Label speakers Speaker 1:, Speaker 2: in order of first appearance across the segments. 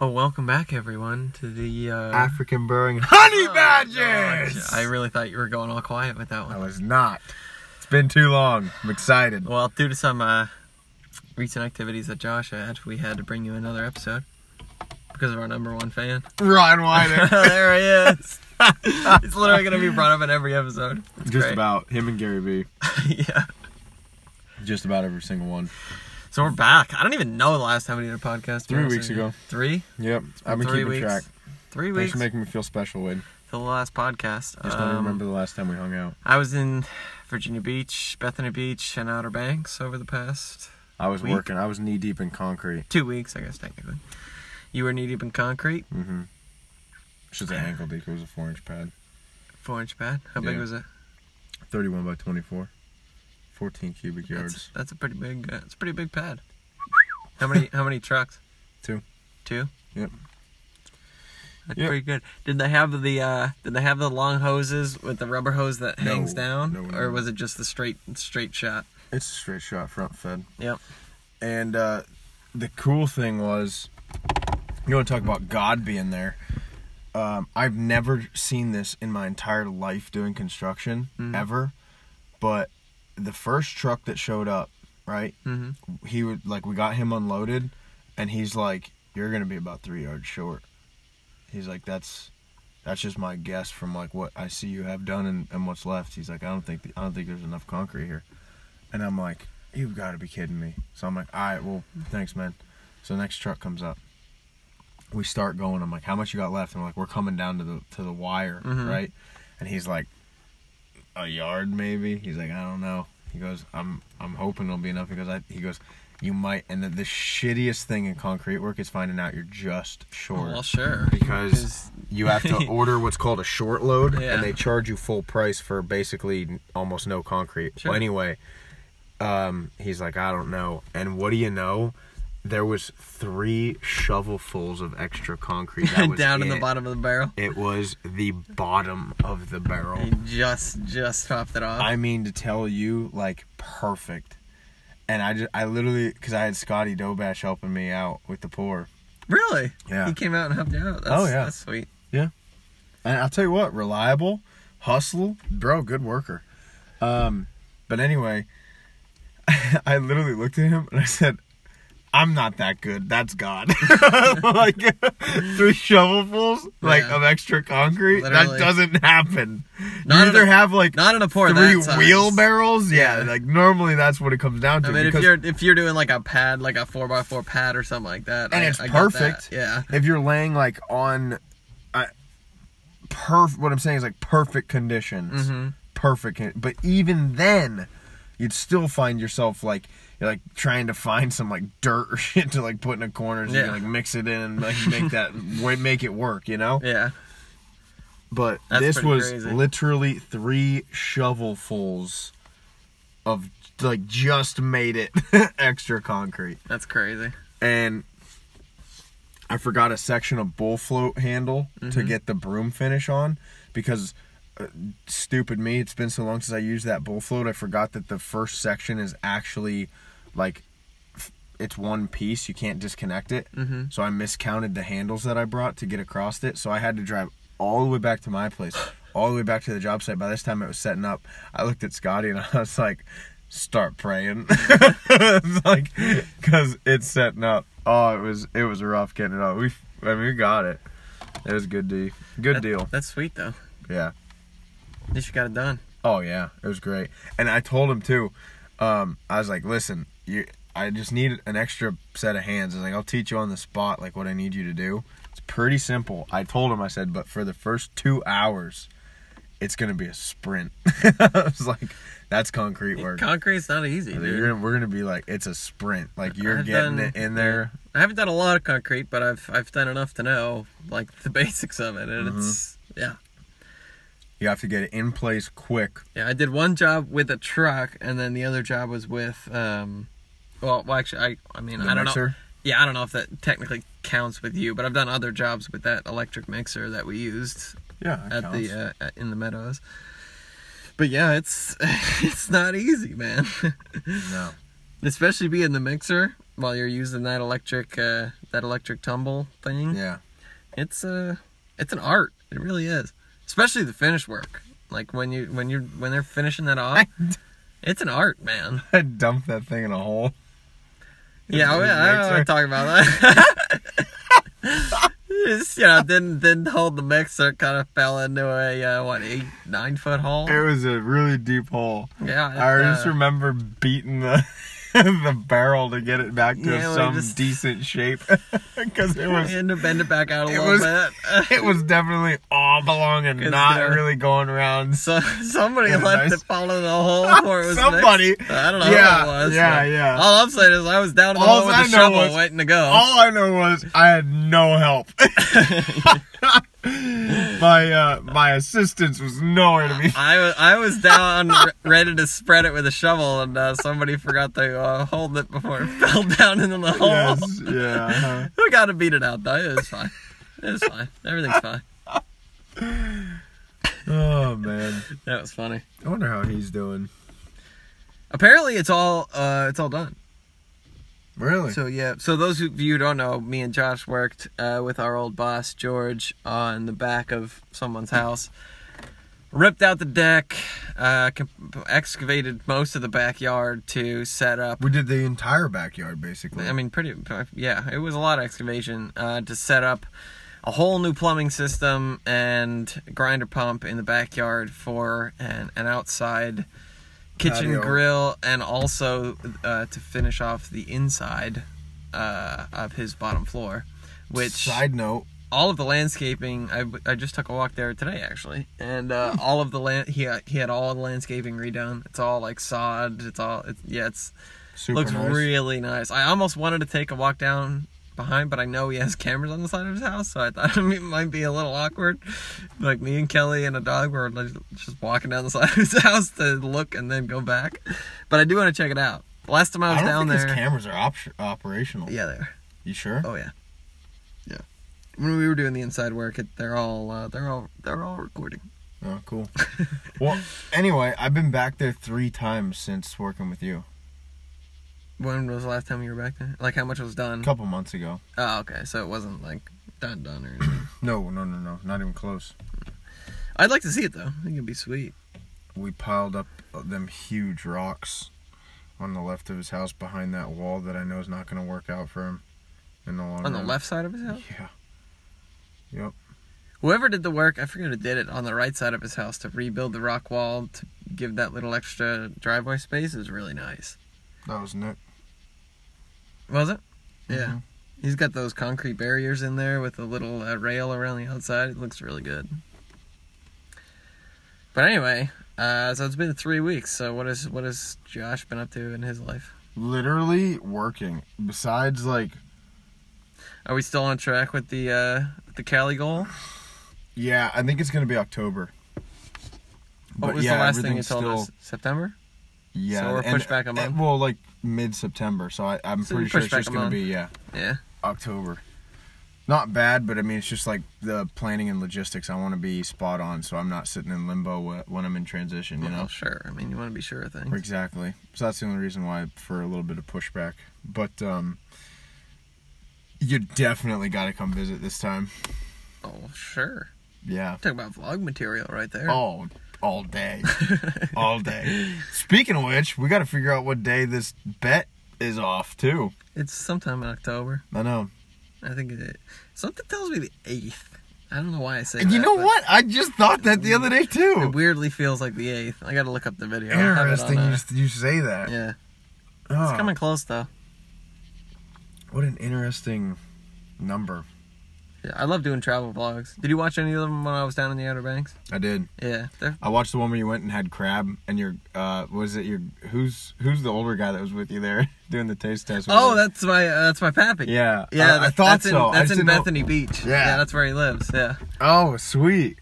Speaker 1: Oh, welcome back, everyone, to the uh,
Speaker 2: African Brewing Honey Badgers!
Speaker 1: Oh, I really thought you were going all quiet with that
Speaker 2: I
Speaker 1: one.
Speaker 2: was not. It's been too long. I'm excited.
Speaker 1: Well, due to some uh, recent activities that Josh had, we had to bring you another episode because of our number one fan.
Speaker 2: Ron Wyden.
Speaker 1: there he is. He's literally going to be brought up in every episode. It's
Speaker 2: Just
Speaker 1: great.
Speaker 2: about him and Gary Vee.
Speaker 1: yeah.
Speaker 2: Just about every single one.
Speaker 1: So we're back. I don't even know the last time we did a podcast.
Speaker 2: Three weeks ago.
Speaker 1: Three?
Speaker 2: Yep. I've been
Speaker 1: Three
Speaker 2: keeping
Speaker 1: weeks.
Speaker 2: track.
Speaker 1: Three
Speaker 2: Thanks
Speaker 1: weeks
Speaker 2: for making me feel special, Wade.
Speaker 1: till the last podcast.
Speaker 2: Just don't
Speaker 1: Um,
Speaker 2: remember the last time we hung out.
Speaker 1: I was in Virginia Beach, Bethany Beach, and Outer Banks over the past
Speaker 2: I was
Speaker 1: week?
Speaker 2: working. I was knee deep in concrete.
Speaker 1: two weeks, I guess technically. You were knee deep in concrete,
Speaker 2: Mm-hmm. Should say ankle deep. It was a four inch pad.
Speaker 1: four inch pad. How big
Speaker 2: Yeah.
Speaker 1: was it?
Speaker 2: 31 by 24. 14 cubic
Speaker 1: That's,
Speaker 2: yards.
Speaker 1: that's a pretty big. Uh, it's a pretty big pad. How many? How many trucks?
Speaker 2: Two.
Speaker 1: Two.
Speaker 2: Yep.
Speaker 1: That's
Speaker 2: Yep.
Speaker 1: pretty good. Did they have the uh did they have the long hoses with the rubber hose that
Speaker 2: No,
Speaker 1: hangs down
Speaker 2: no, no,
Speaker 1: or
Speaker 2: no.
Speaker 1: was it just the straight straight shot?
Speaker 2: It's a straight shot front fed.
Speaker 1: Yep.
Speaker 2: And uh, the cool thing was, you want to talk about God being there. Um, I've never seen this in my entire life doing construction
Speaker 1: Mhm.
Speaker 2: ever, but the first truck that showed up, right?
Speaker 1: Mm-hmm.
Speaker 2: He would like we got him unloaded, and he's like, "You're gonna be about three yards short." He's like, "That's." That's just my guess from like what I see you have done and, and what's left. He's like, I don't think I don't think there's enough concrete here. And I'm like, you've got to be kidding me. So I'm like, all right, well, thanks, man. So next truck comes up. We start going. I'm like, how much you got left? And we're like, we're coming down to the to the wire,
Speaker 1: Mhm.
Speaker 2: right? And he's like, a yard maybe. He's like, I don't know. He goes, I'm I'm hoping it'll be enough. He goes, I, he goes, you might. And the, the shittiest thing in concrete work is finding out you're just short
Speaker 1: Oh, Well, sure.
Speaker 2: because you have to order what's called a short load
Speaker 1: Yeah.
Speaker 2: and they charge you full price for basically almost no concrete
Speaker 1: Sure.
Speaker 2: well, anyway um, he's like i don't know and what do you know there was three shovelfuls of extra concrete that was
Speaker 1: down in the
Speaker 2: it.
Speaker 1: bottom of the barrel.
Speaker 2: it was the bottom of the barrel
Speaker 1: He just just topped it off.
Speaker 2: I mean to tell you, like perfect. And I just, I literally, because I had Scotty Dobash helping me out with the pour.
Speaker 1: Really?
Speaker 2: Yeah.
Speaker 1: He came out and helped you out. That's,
Speaker 2: Oh, yeah.
Speaker 1: That's sweet.
Speaker 2: And I'll tell you what, reliable, hustle, bro, good worker. Um, but anyway, I literally looked at him and I said, "I'm not that good. That's God." like three shovelfuls, like
Speaker 1: Yeah.
Speaker 2: of extra concrete.
Speaker 1: Literally.
Speaker 2: That doesn't happen.
Speaker 1: Not
Speaker 2: you
Speaker 1: in
Speaker 2: either
Speaker 1: a-
Speaker 2: have like
Speaker 1: Not in a pour
Speaker 2: three
Speaker 1: that size.
Speaker 2: wheelbarrows. Yeah,
Speaker 1: Yeah.
Speaker 2: like normally that's what it comes down to.
Speaker 1: I mean, if
Speaker 2: because-
Speaker 1: you're if you're doing like a pad, like a four x four pad or something like that,
Speaker 2: And
Speaker 1: I-
Speaker 2: it's
Speaker 1: I get
Speaker 2: perfect.
Speaker 1: that. Yeah,
Speaker 2: if you're laying like on I perf what I'm saying is like perfect conditions.
Speaker 1: Mhm.
Speaker 2: Perfect con- but even then you'd still find yourself like you're like trying to find some like dirt or shit to like put in a corner so you
Speaker 1: Yeah.
Speaker 2: can like mix it in and like make that wa- make it work, you know?
Speaker 1: yeah.
Speaker 2: But
Speaker 1: That's
Speaker 2: this
Speaker 1: pretty
Speaker 2: was
Speaker 1: crazy.
Speaker 2: literally three shovelfuls of like just made it extra concrete
Speaker 1: That's crazy.
Speaker 2: and I forgot a section of bull float handle to
Speaker 1: Mhm.
Speaker 2: get the broom finish on because uh, stupid me, it's been so long since I used that bull float. I forgot that the first section is actually like f- it's one piece. You can't disconnect it.
Speaker 1: Mm-hmm.
Speaker 2: So I miscounted the handles that I brought to get across it. So I had to drive all the way back to my place, all the way back to the job site. By this time it was setting up, I looked at Scotty and I was like, start praying. It's like, cause it's setting up. Oh, it was, it was rough getting it up. We, I mean, we got it. It was a good deal. Good deal.
Speaker 1: That's sweet though.
Speaker 2: Yeah.
Speaker 1: At least you got it done.
Speaker 2: Oh yeah, it was great. And I told him too. Um, I was like, listen, you, I just need an extra set of hands. I was like, I'll teach you on the spot, like what I need you to do. It's pretty simple. I told him, I said, but for the first two hours, it's gonna be a sprint. I was like, that's concrete work.
Speaker 1: Concrete's not easy,
Speaker 2: I was like,
Speaker 1: dude.
Speaker 2: You're gonna, we're gonna be like, it's a sprint. Like you're
Speaker 1: I've
Speaker 2: getting
Speaker 1: done-
Speaker 2: it in there.
Speaker 1: I haven't done a lot of concrete, but I've I've done enough to know like the basics of it, and it's
Speaker 2: Mm-hmm.
Speaker 1: yeah.
Speaker 2: You have to get it in place quick.
Speaker 1: Yeah, I did one job with a truck, and then the other job was with, um, well, well actually, I, I mean,
Speaker 2: The
Speaker 1: I don't know.
Speaker 2: mixer?
Speaker 1: Yeah, I don't know if that technically counts with you, but I've done other jobs with that electric mixer that we used
Speaker 2: Yeah. that
Speaker 1: at
Speaker 2: counts.
Speaker 1: the uh, at- in the meadows. But yeah, it's it's not easy, man.
Speaker 2: no.
Speaker 1: Especially being the mixer while you're using that electric uh, that electric tumble thing.
Speaker 2: Yeah.
Speaker 1: It's a it's an art. It really is. Especially the finish work. Like when you when you when they're finishing that off, it's an art, man.
Speaker 2: I dumped that thing in a hole.
Speaker 1: Yeah, I,
Speaker 2: It was
Speaker 1: I don't
Speaker 2: mixer.
Speaker 1: want to talk about that. Just, you know, didn't didn't hold the mixer. Kind of fell into a uh, what eight nine foot hole.
Speaker 2: It was a really deep hole.
Speaker 1: Yeah, it,
Speaker 2: I just
Speaker 1: uh,
Speaker 2: remember beating the the barrel to get it back to
Speaker 1: Yeah, we
Speaker 2: some
Speaker 1: just-
Speaker 2: decent shape because it was
Speaker 1: had to bend it back out a
Speaker 2: It
Speaker 1: little
Speaker 2: was-
Speaker 1: bit.
Speaker 2: it was definitely all belong and
Speaker 1: It's
Speaker 2: not
Speaker 1: there.
Speaker 2: really going around.
Speaker 1: So somebody
Speaker 2: Yeah,
Speaker 1: left
Speaker 2: nice.
Speaker 1: it fall in the hole before it was mixed.
Speaker 2: Somebody.
Speaker 1: I don't know
Speaker 2: Yeah,
Speaker 1: who it was.
Speaker 2: yeah,
Speaker 1: but
Speaker 2: yeah.
Speaker 1: All I'm saying is I was down in the
Speaker 2: All
Speaker 1: hole with
Speaker 2: I
Speaker 1: a
Speaker 2: know
Speaker 1: shovel
Speaker 2: was-
Speaker 1: waiting to go.
Speaker 2: All I know was I had no help. my uh, my assistance was nowhere to be.
Speaker 1: I was I was down re- ready to spread it with a shovel and uh, somebody forgot to uh, hold it before it fell down into the hole.
Speaker 2: Yes, yeah. uh-huh.
Speaker 1: We gotta beat it out though. It was fine. It was fine. Everything's fine.
Speaker 2: Oh man,
Speaker 1: That was funny.
Speaker 2: I wonder how he's doing.
Speaker 1: Apparently, it's all uh, it's all done.
Speaker 2: Really?
Speaker 1: So yeah. So those of you who don't know, me and Josh worked uh, with our old boss George on the back of someone's house. Ripped out the deck, uh, com- excavated most of the backyard to set up
Speaker 2: we did the entire backyard basically.
Speaker 1: I mean, pretty. Yeah, it was a lot of excavation uh, to set up a whole new plumbing system and grinder pump in the backyard for an, an outside kitchen
Speaker 2: Patio.
Speaker 1: grill, and also uh, to finish off the inside uh, of his bottom floor. Which
Speaker 2: side note?
Speaker 1: all of the landscaping, I, I just took a walk there today actually, and
Speaker 2: Hmm.
Speaker 1: uh, all of the land he had, he had all the landscaping redone. It's all like sod. It's all it's, yeah. It's
Speaker 2: Super
Speaker 1: looks
Speaker 2: nice.
Speaker 1: really nice. I almost wanted to take a walk down behind, but I know he has cameras on the side of his house, so I thought it might be a little awkward. Like me and Kelly and a dog were like, just walking down the side of his house to look and then go back. But I do want to check it out. Last time I was
Speaker 2: I don't
Speaker 1: down
Speaker 2: think
Speaker 1: there,
Speaker 2: his cameras are op- operational.
Speaker 1: yeah, there.
Speaker 2: You sure?
Speaker 1: Oh yeah, yeah. When we were doing the inside work, it, they're all uh, they're all they're all recording.
Speaker 2: Oh, cool. well, anyway, I've been back there three times since working with you.
Speaker 1: When was the last time you were back there? Like how much was
Speaker 2: A
Speaker 1: done?
Speaker 2: couple months ago.
Speaker 1: Oh, okay. So it wasn't like done done or anything.
Speaker 2: No, no, no, no. Not even close.
Speaker 1: I'd like to see it though. I think it'd be sweet.
Speaker 2: We piled up them huge rocks on the left of his house behind that wall that I know is not going to work out for him in the long
Speaker 1: on the
Speaker 2: run.
Speaker 1: left side of his house.
Speaker 2: Yeah.
Speaker 1: Whoever did the work, I forget who did it on the right side of his house to rebuild the rock wall to give that little extra driveway space is really nice.
Speaker 2: That was Nick.
Speaker 1: Was it? Yeah.
Speaker 2: Mhm.
Speaker 1: He's got those concrete barriers in there with a little uh, rail around the outside. It looks really good. But anyway, uh, so it's been three weeks. So what is what has Josh been up to in his life?
Speaker 2: Literally working. Besides, like,
Speaker 1: Are we still on track with the uh, with the Cali goal?
Speaker 2: yeah, I think it's going to be October.
Speaker 1: What
Speaker 2: But
Speaker 1: was
Speaker 2: yeah,
Speaker 1: the last thing you
Speaker 2: everything's
Speaker 1: told
Speaker 2: still-
Speaker 1: us? September.
Speaker 2: Yeah,
Speaker 1: So we're
Speaker 2: and-
Speaker 1: pushed back a month?
Speaker 2: and- Well, like mid September, so I, I'm
Speaker 1: So we
Speaker 2: pretty sure
Speaker 1: pushed
Speaker 2: it's
Speaker 1: back
Speaker 2: just
Speaker 1: a
Speaker 2: gonna
Speaker 1: month.
Speaker 2: be yeah
Speaker 1: Yeah.
Speaker 2: October. Not bad, but I mean it's just like the planning and logistics. I want to be spot on, so I'm not sitting in limbo wh- when I'm in transition. You know
Speaker 1: Well, sure. I mean, you want to be sure of things.
Speaker 2: exactly. So that's the only reason why for a little bit of pushback. But um, you definitely got to come visit this time.
Speaker 1: Oh, sure.
Speaker 2: Yeah.
Speaker 1: Talk about vlog material right there.
Speaker 2: Oh, all day, all day. Speaking of which, we got to figure out what day this bet is off too.
Speaker 1: It's sometime in October.
Speaker 2: I know.
Speaker 1: I think it, something tells me the 8th. I don't know why I say
Speaker 2: And you
Speaker 1: that,
Speaker 2: know
Speaker 1: but
Speaker 2: what? I just thought that the other day
Speaker 1: It
Speaker 2: too.
Speaker 1: weirdly feels like the 8th. I gotta look up the video. I have it on,
Speaker 2: Interesting,
Speaker 1: uh,
Speaker 2: you, you say that.
Speaker 1: yeah.
Speaker 2: Oh,
Speaker 1: It's coming close, though.
Speaker 2: What an interesting number.
Speaker 1: Yeah, I love doing travel vlogs. Did you watch any of them when I was down in the Outer Banks?
Speaker 2: I did.
Speaker 1: Yeah. They're,
Speaker 2: I watched the one where you went and had crab, and your uh, was it your who's who's the older guy that was with you there doing the taste test? with
Speaker 1: oh,
Speaker 2: you?
Speaker 1: that's my uh, that's my pappy.
Speaker 2: yeah,
Speaker 1: Yeah,
Speaker 2: I, I
Speaker 1: that-
Speaker 2: thought
Speaker 1: that's in,
Speaker 2: so. I
Speaker 1: That's
Speaker 2: just
Speaker 1: in
Speaker 2: didn't know-
Speaker 1: Bethany Beach.
Speaker 2: Yeah.
Speaker 1: yeah, that's where he lives. Yeah,
Speaker 2: Oh, sweet.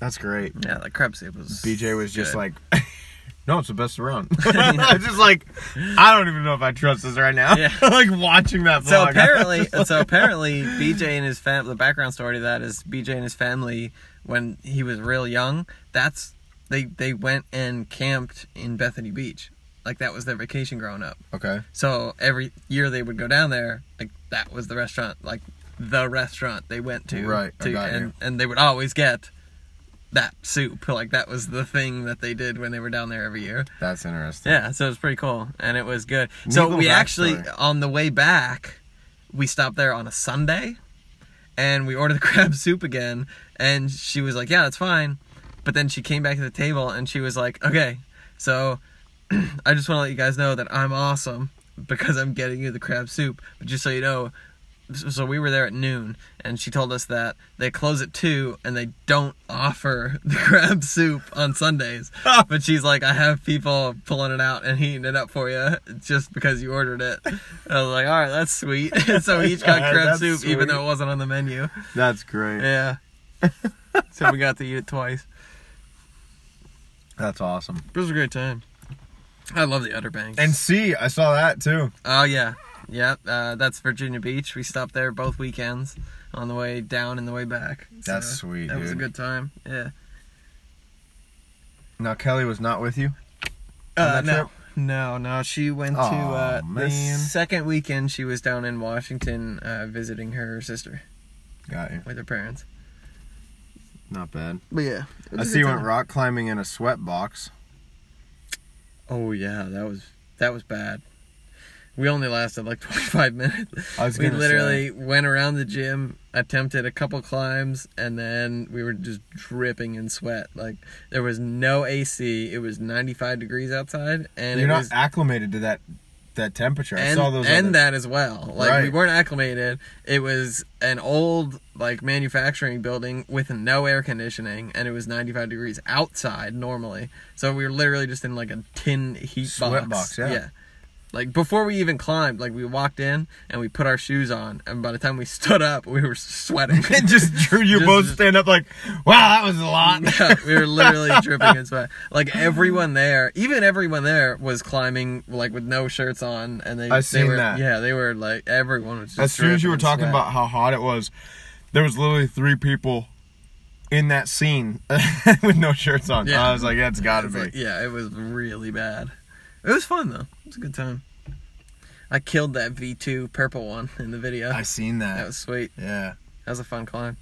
Speaker 2: That's great.
Speaker 1: yeah. The crab soup was.
Speaker 2: BJ was just
Speaker 1: good.
Speaker 2: like, "No, it's the best around." I was just like, I don't even know if I trust this right now.
Speaker 1: Yeah.
Speaker 2: like watching that.
Speaker 1: So
Speaker 2: vlog, I was
Speaker 1: apparently,
Speaker 2: just like-
Speaker 1: so apparently, BJ and his fam. The background story to that is BJ and his family, when he was real young, that's they they went and camped in Bethany Beach, like that was their vacation growing up.
Speaker 2: Okay.
Speaker 1: So every year they would go down there, like that was the restaurant, like the restaurant they went to.
Speaker 2: Right, I
Speaker 1: to-
Speaker 2: got
Speaker 1: and
Speaker 2: you.
Speaker 1: and they would always get that soup. Like that was the thing that they did when they were down there every year.
Speaker 2: That's interesting.
Speaker 1: Yeah, so it was pretty cool and it was good. So we
Speaker 2: Neat little
Speaker 1: actually
Speaker 2: backstory.
Speaker 1: on the way back, we stopped there on a Sunday and we ordered the crab soup again and she was like, "Yeah, that's fine." But then she came back to the table and she was like, "Okay, so I just want to let you guys know that I'm awesome because I'm getting you the crab soup. But just so you know, so so we were there at noon, and she told us that they close at two and they don't offer the crab soup on Sundays.
Speaker 2: Ah.
Speaker 1: but she's like, I have people pulling it out and heating it up for you just because you ordered it. I was like, all right, that's sweet. so we each got crab
Speaker 2: That's
Speaker 1: soup, even
Speaker 2: sweet.
Speaker 1: though it wasn't on the menu.
Speaker 2: That's great.
Speaker 1: Yeah. so we got to eat it twice.
Speaker 2: That's awesome.
Speaker 1: It was a great time. I love the Outer Banks.
Speaker 2: And see, I saw that too.
Speaker 1: Oh yeah, yeah. Uh, that's Virginia Beach. We stopped there both weekends on the way down and the way back.
Speaker 2: That's sweet,
Speaker 1: That was a
Speaker 2: dude.
Speaker 1: good time. Yeah.
Speaker 2: Now Kelly was not with you.
Speaker 1: Uh,
Speaker 2: that
Speaker 1: no,
Speaker 2: trip?
Speaker 1: no, no. She went to
Speaker 2: Aw,
Speaker 1: uh, the
Speaker 2: man.
Speaker 1: second weekend. She was down in Washington uh, visiting her sister
Speaker 2: Got you.
Speaker 1: with her parents.
Speaker 2: Not bad.
Speaker 1: But yeah,
Speaker 2: I see you went rock climbing in a sweat box.
Speaker 1: Oh yeah, that was that was bad. We only lasted like 25 minutes.
Speaker 2: I was
Speaker 1: we
Speaker 2: gonna
Speaker 1: literally went around the gym, attempted a couple climbs, and then we were just dripping in sweat. Like there was no AC. It was 95 degrees outside, and
Speaker 2: You're
Speaker 1: it
Speaker 2: not
Speaker 1: was
Speaker 2: acclimated to that that temperature.
Speaker 1: and,
Speaker 2: I saw those.
Speaker 1: and
Speaker 2: other-
Speaker 1: that as well. Like we
Speaker 2: Right.
Speaker 1: weren't acclimated. It was an old like manufacturing building with no air conditioning, and it was 95 degrees outside normally. So we were literally just in like a tin heat
Speaker 2: Sweat box, yeah.
Speaker 1: Like before we even climbed, like we walked in and we put our shoes on, and by the time we stood up, we were sweating.
Speaker 2: it just drew you
Speaker 1: Just-
Speaker 2: both stand up like, wow, that was a lot.
Speaker 1: Yeah, we were literally dripping in sweat. Like everyone there, even everyone there was climbing like with no shirts on, and they.
Speaker 2: I've
Speaker 1: they
Speaker 2: seen
Speaker 1: were,
Speaker 2: that.
Speaker 1: Yeah, they were like everyone was. Just
Speaker 2: as soon as
Speaker 1: dripping
Speaker 2: you were
Speaker 1: in
Speaker 2: talking
Speaker 1: sweat.
Speaker 2: about how hot it was, there was literally three people in that scene with no shirts on.
Speaker 1: Yeah.
Speaker 2: I was like, that's got to
Speaker 1: It's
Speaker 2: be.
Speaker 1: like, yeah, it was really bad. It was fun though. It was a good time. I killed that V two purple one in the video.
Speaker 2: I seen that.
Speaker 1: That was sweet.
Speaker 2: yeah,
Speaker 1: That was a fun climb.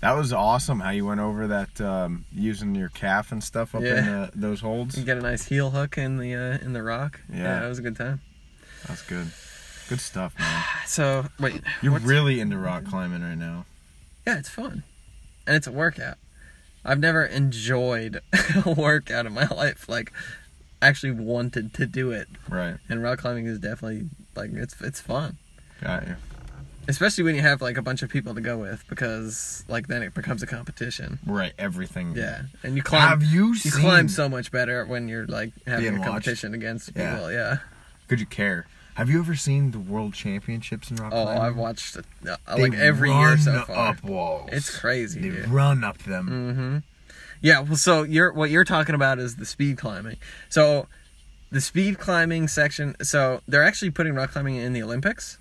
Speaker 2: that was awesome. How you went over that um, using your calf and stuff up in the, those holds.
Speaker 1: You get a nice heel hook in the uh, in the rock.
Speaker 2: Yeah.
Speaker 1: that was a good time.
Speaker 2: That's good. Good stuff, man.
Speaker 1: So wait,
Speaker 2: You're
Speaker 1: what's-
Speaker 2: really into rock climbing right now.
Speaker 1: Yeah, it's fun. And it's a workout. I've never enjoyed a workout in my life, like actually wanted to do it.
Speaker 2: Right.
Speaker 1: And rock climbing is definitely like it's it's fun.
Speaker 2: Got you.
Speaker 1: Especially when you have like a bunch of people to go with because like then it becomes a competition.
Speaker 2: Right. Everything.
Speaker 1: Yeah. And you climb
Speaker 2: Have you
Speaker 1: you
Speaker 2: seen?
Speaker 1: climb so much better when you're like having
Speaker 2: Being
Speaker 1: a
Speaker 2: watched.
Speaker 1: competition against
Speaker 2: Yeah.
Speaker 1: people, yeah.
Speaker 2: Could you care? Have you ever seen the world championships in rock
Speaker 1: Oh,
Speaker 2: climbing?
Speaker 1: I've watched uh,
Speaker 2: They
Speaker 1: like every year
Speaker 2: run
Speaker 1: so far.
Speaker 2: Up walls.
Speaker 1: It's crazy,
Speaker 2: They
Speaker 1: dude.
Speaker 2: run up them.
Speaker 1: Mm-hmm. Yeah. Well, so you're what you're talking about is the speed climbing. So the speed climbing section. So they're actually putting rock climbing in the Olympics.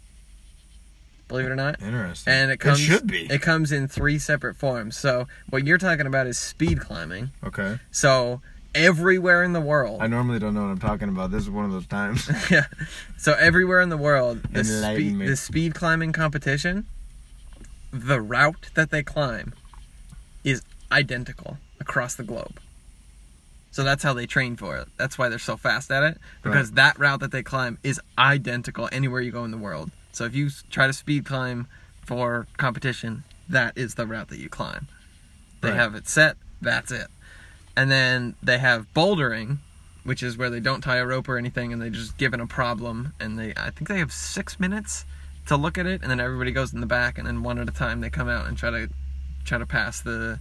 Speaker 1: Believe it or not.
Speaker 2: Interesting.
Speaker 1: Mm. And it comes.
Speaker 2: It should be.
Speaker 1: It comes in three separate forms. So what you're talking about is speed climbing.
Speaker 2: okay.
Speaker 1: So everywhere in the world.
Speaker 2: I normally don't know what I'm talking about. This is one of those times.
Speaker 1: yeah. So everywhere in the world, the, spe-
Speaker 2: Enlightenment.
Speaker 1: the speed climbing competition, the route that they climb is identical across the globe. So that's how they train for it. That's why they're so fast at it because that route that they climb is identical anywhere you go in the world. So if you s- try to speed climb for competition, that is the route that you climb. They
Speaker 2: Right.
Speaker 1: have it set. That's it. And then they have bouldering, which is where they don't tie a rope or anything and they just given a problem and they I think they have six minutes to look at it and then everybody goes in the back and then one at a time they come out and try to try to pass the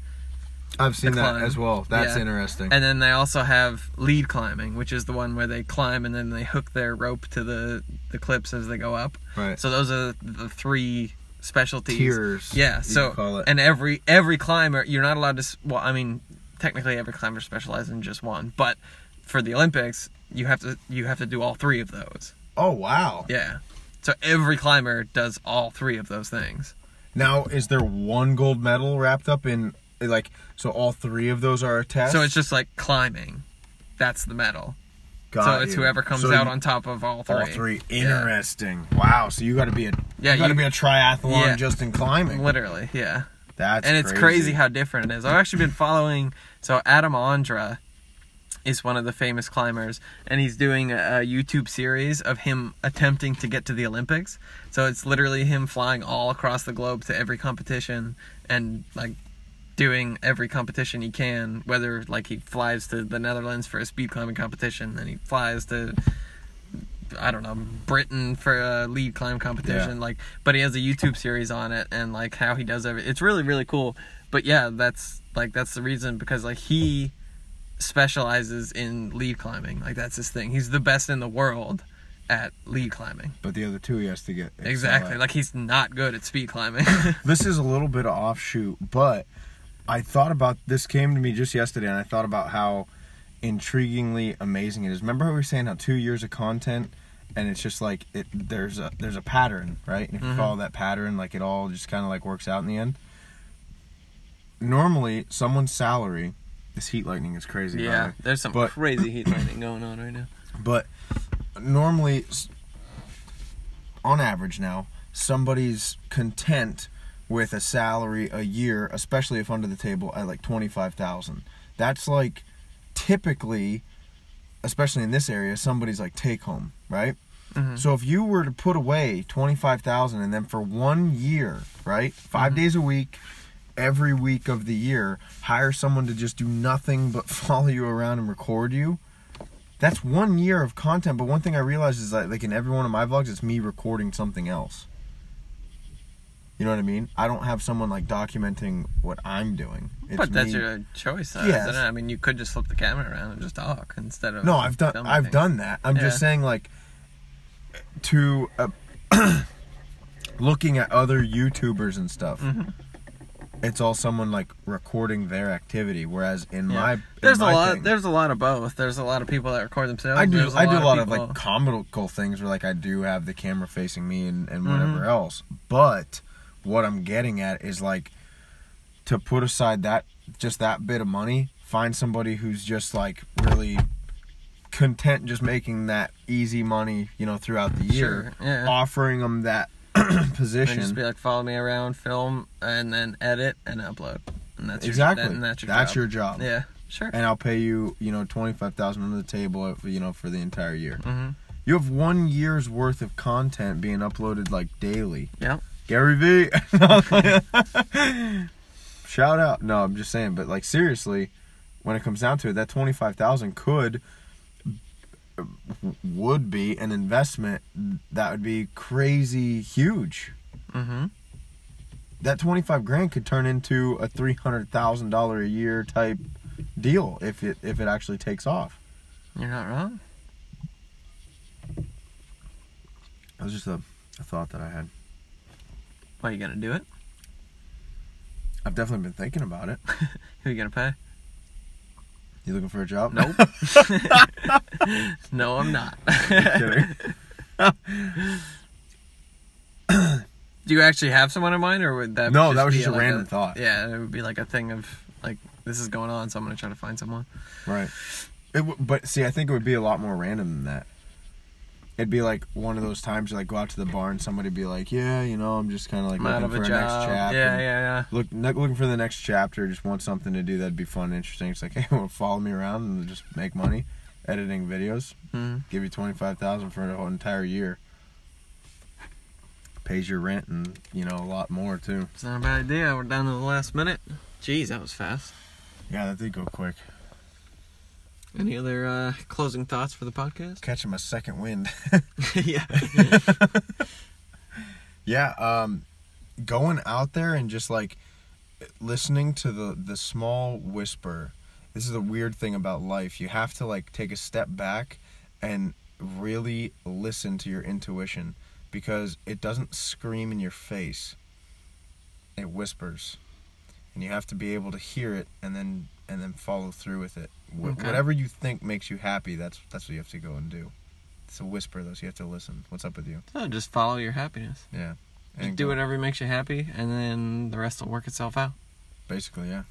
Speaker 2: I've seen
Speaker 1: The
Speaker 2: that
Speaker 1: climb.
Speaker 2: as well. That's
Speaker 1: Yeah.
Speaker 2: interesting.
Speaker 1: and then they also have lead climbing, which is the one where they climb and then they hook their rope to the the clips as they go up.
Speaker 2: right.
Speaker 1: So those are the three specialties.
Speaker 2: Tears.
Speaker 1: Yeah.
Speaker 2: you
Speaker 1: So
Speaker 2: could call it.
Speaker 1: and every every climber, you're not allowed to. s- Well, I mean, technically every climber specializes in just one, but for the Olympics, you have to you have to do all three of those.
Speaker 2: oh wow.
Speaker 1: Yeah. So every climber does all three of those things.
Speaker 2: Now is there one gold medal wrapped up in like so all three of those are a test?
Speaker 1: So it's just like climbing. That's the medal. so
Speaker 2: Got
Speaker 1: it's
Speaker 2: you.
Speaker 1: whoever comes
Speaker 2: So
Speaker 1: out
Speaker 2: you-
Speaker 1: on top of all three.
Speaker 2: All three. Interesting. Wow. So you got to be a
Speaker 1: Yeah,
Speaker 2: you got to
Speaker 1: you-
Speaker 2: be a triathlon
Speaker 1: yeah.
Speaker 2: just in climbing.
Speaker 1: Literally, yeah.
Speaker 2: That's
Speaker 1: and it's crazy. how different it is. I've actually been following. So Adam Andra is one of the famous climbers, and he's doing a YouTube series of him attempting to get to the Olympics. So it's literally him flying all across the globe to every competition and like doing every competition he can. Whether like he flies to the Netherlands for a speed climbing competition, then he flies to I don't know Britain for a lead climb competition.
Speaker 2: Yeah.
Speaker 1: Like, but he has a YouTube series on it and like how he does every. It's really really cool. But yeah, that's like that's the reason because like he specializes in lead climbing. Like that's his thing. He's the best in the world at lead climbing.
Speaker 2: But the other two, he has to get excel
Speaker 1: Exactly.
Speaker 2: at.
Speaker 1: Like he's not good at speed climbing.
Speaker 2: this is a little bit of offshoot, but I thought about this came to me just yesterday, and I thought about how intriguingly amazing it is. Remember how we were saying how two years of content, and it's just like it there's a there's a pattern, right? And if you follow that pattern, like it all just kind of like works out in the end. Normally, someone's salary, this heat lightning is crazy. by the
Speaker 1: yeah,
Speaker 2: way.
Speaker 1: there's some
Speaker 2: But-
Speaker 1: crazy heat lightning going on right now.
Speaker 2: But normally, s- on average now, somebody's content with a salary a year, especially if under the table at like twenty five thousand. That's like typically, especially in this area, somebody's like take home, right?
Speaker 1: Mm-hmm.
Speaker 2: So if you were to put away twenty five thousand and then for one year, right, 5
Speaker 1: Mm-hmm.
Speaker 2: days a week, every week of the year, hire someone to just do nothing but follow you around and record you. That's one year of content, but one thing I realized is that, like in every one of my vlogs, it's me recording something else. You know what I mean? I don't have someone like documenting what I'm doing. It's
Speaker 1: but that's
Speaker 2: me-
Speaker 1: your choice, though,
Speaker 2: Yes.
Speaker 1: isn't it? I mean, you could just flip the camera around and just talk instead of
Speaker 2: No, I've done
Speaker 1: filming
Speaker 2: I've
Speaker 1: things.
Speaker 2: done that. I'm just
Speaker 1: Yeah.
Speaker 2: saying like to uh, looking at other YouTubers and stuff.
Speaker 1: Mm-hmm.
Speaker 2: It's all someone like recording their activity, whereas in
Speaker 1: Yeah.
Speaker 2: my in
Speaker 1: there's a
Speaker 2: my
Speaker 1: lot.
Speaker 2: thing-
Speaker 1: There's a lot of both. There's a lot of people that record themselves.
Speaker 2: I do.
Speaker 1: There's
Speaker 2: I do a lot of,
Speaker 1: people-
Speaker 2: like comical things where like I do have the camera facing me and,
Speaker 1: Mm-hmm.
Speaker 2: and whatever else. But what I'm getting at is like to put aside that just that bit of money, find somebody who's just like really content just making that easy money, you know, throughout the year,
Speaker 1: Sure, yeah.
Speaker 2: offering them that
Speaker 1: and just
Speaker 2: position.
Speaker 1: be like, follow me around, film, and then edit and upload. And that's
Speaker 2: exactly.
Speaker 1: Your, that- and that's your. job.
Speaker 2: job.
Speaker 1: Yeah. Sure.
Speaker 2: And I'll pay you, you know, twenty five thousand under the table, you know, for the entire year.
Speaker 1: hmm
Speaker 2: You have one year's worth of content being uploaded like daily.
Speaker 1: Yep.
Speaker 2: Gary V. Shout out. No, I'm just saying, but like seriously, when it comes down to it, that twenty five thousand could would be an investment that would be crazy huge.
Speaker 1: hmm
Speaker 2: That twenty five grand could turn into a three hundred thousand dollar a year type deal if it if it actually takes off.
Speaker 1: You're not wrong.
Speaker 2: That was just a, a thought that I had.
Speaker 1: Why you gonna do it?
Speaker 2: I've definitely been thinking about it.
Speaker 1: Who you gonna pay?
Speaker 2: You looking for a job?
Speaker 1: Nope. no, I'm not.
Speaker 2: kidding.
Speaker 1: Do you actually have someone in mind, or would that?
Speaker 2: No, that was
Speaker 1: be
Speaker 2: just a
Speaker 1: like
Speaker 2: random thought.
Speaker 1: Yeah, it would be like a thing of like this is going on, so I'm gonna try to find someone.
Speaker 2: Right. It w- but see, I think it would be a lot more random than that. It'd be like one of those times you like go out to the bar and somebody be like, "Yeah, you know, I'm just kind of like
Speaker 1: I'm
Speaker 2: looking
Speaker 1: out of
Speaker 2: for
Speaker 1: a
Speaker 2: a
Speaker 1: job.
Speaker 2: next
Speaker 1: yeah,
Speaker 2: chapter.
Speaker 1: yeah, yeah.
Speaker 2: Look, no- looking for the next chapter. Just want something to do that'd be fun, and interesting. It's like, hey, want to follow me around and just make money, editing videos.
Speaker 1: Mhm.
Speaker 2: Give you twenty five thousand for an entire year. Pays your rent and you know a lot more too.
Speaker 1: It's not a bad idea. We're down to the last minute. Jeez, that was fast.
Speaker 2: Yeah, that did go quick.
Speaker 1: Any other uh, closing thoughts for the podcast?
Speaker 2: Catching my second wind.
Speaker 1: yeah.
Speaker 2: Yeah, um going out there and just like listening to the the small whisper. This is the weird thing about life. You have to like take a step back and really listen to your intuition because it doesn't scream in your face. It whispers. And you have to be able to hear it and then and then follow through with it. Wh-
Speaker 1: Okay.
Speaker 2: Whatever you think makes you happy, that's that's what you have to go and do. It's a whisper though, so you have to listen. What's up with you?
Speaker 1: No, just follow your happiness.
Speaker 2: Yeah.
Speaker 1: Just
Speaker 2: And
Speaker 1: do
Speaker 2: go-
Speaker 1: whatever makes you happy, and then the rest will work itself out.
Speaker 2: Basically, yeah.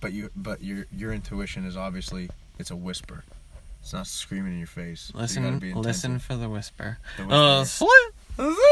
Speaker 2: But you, but your your intuition is obviously it's a whisper. It's not screaming in your face. You
Speaker 1: Listen,
Speaker 2: gotta be
Speaker 1: listen
Speaker 2: attentive.
Speaker 1: for the whisper.
Speaker 2: The
Speaker 1: Uh,
Speaker 2: whisper.
Speaker 1: sli-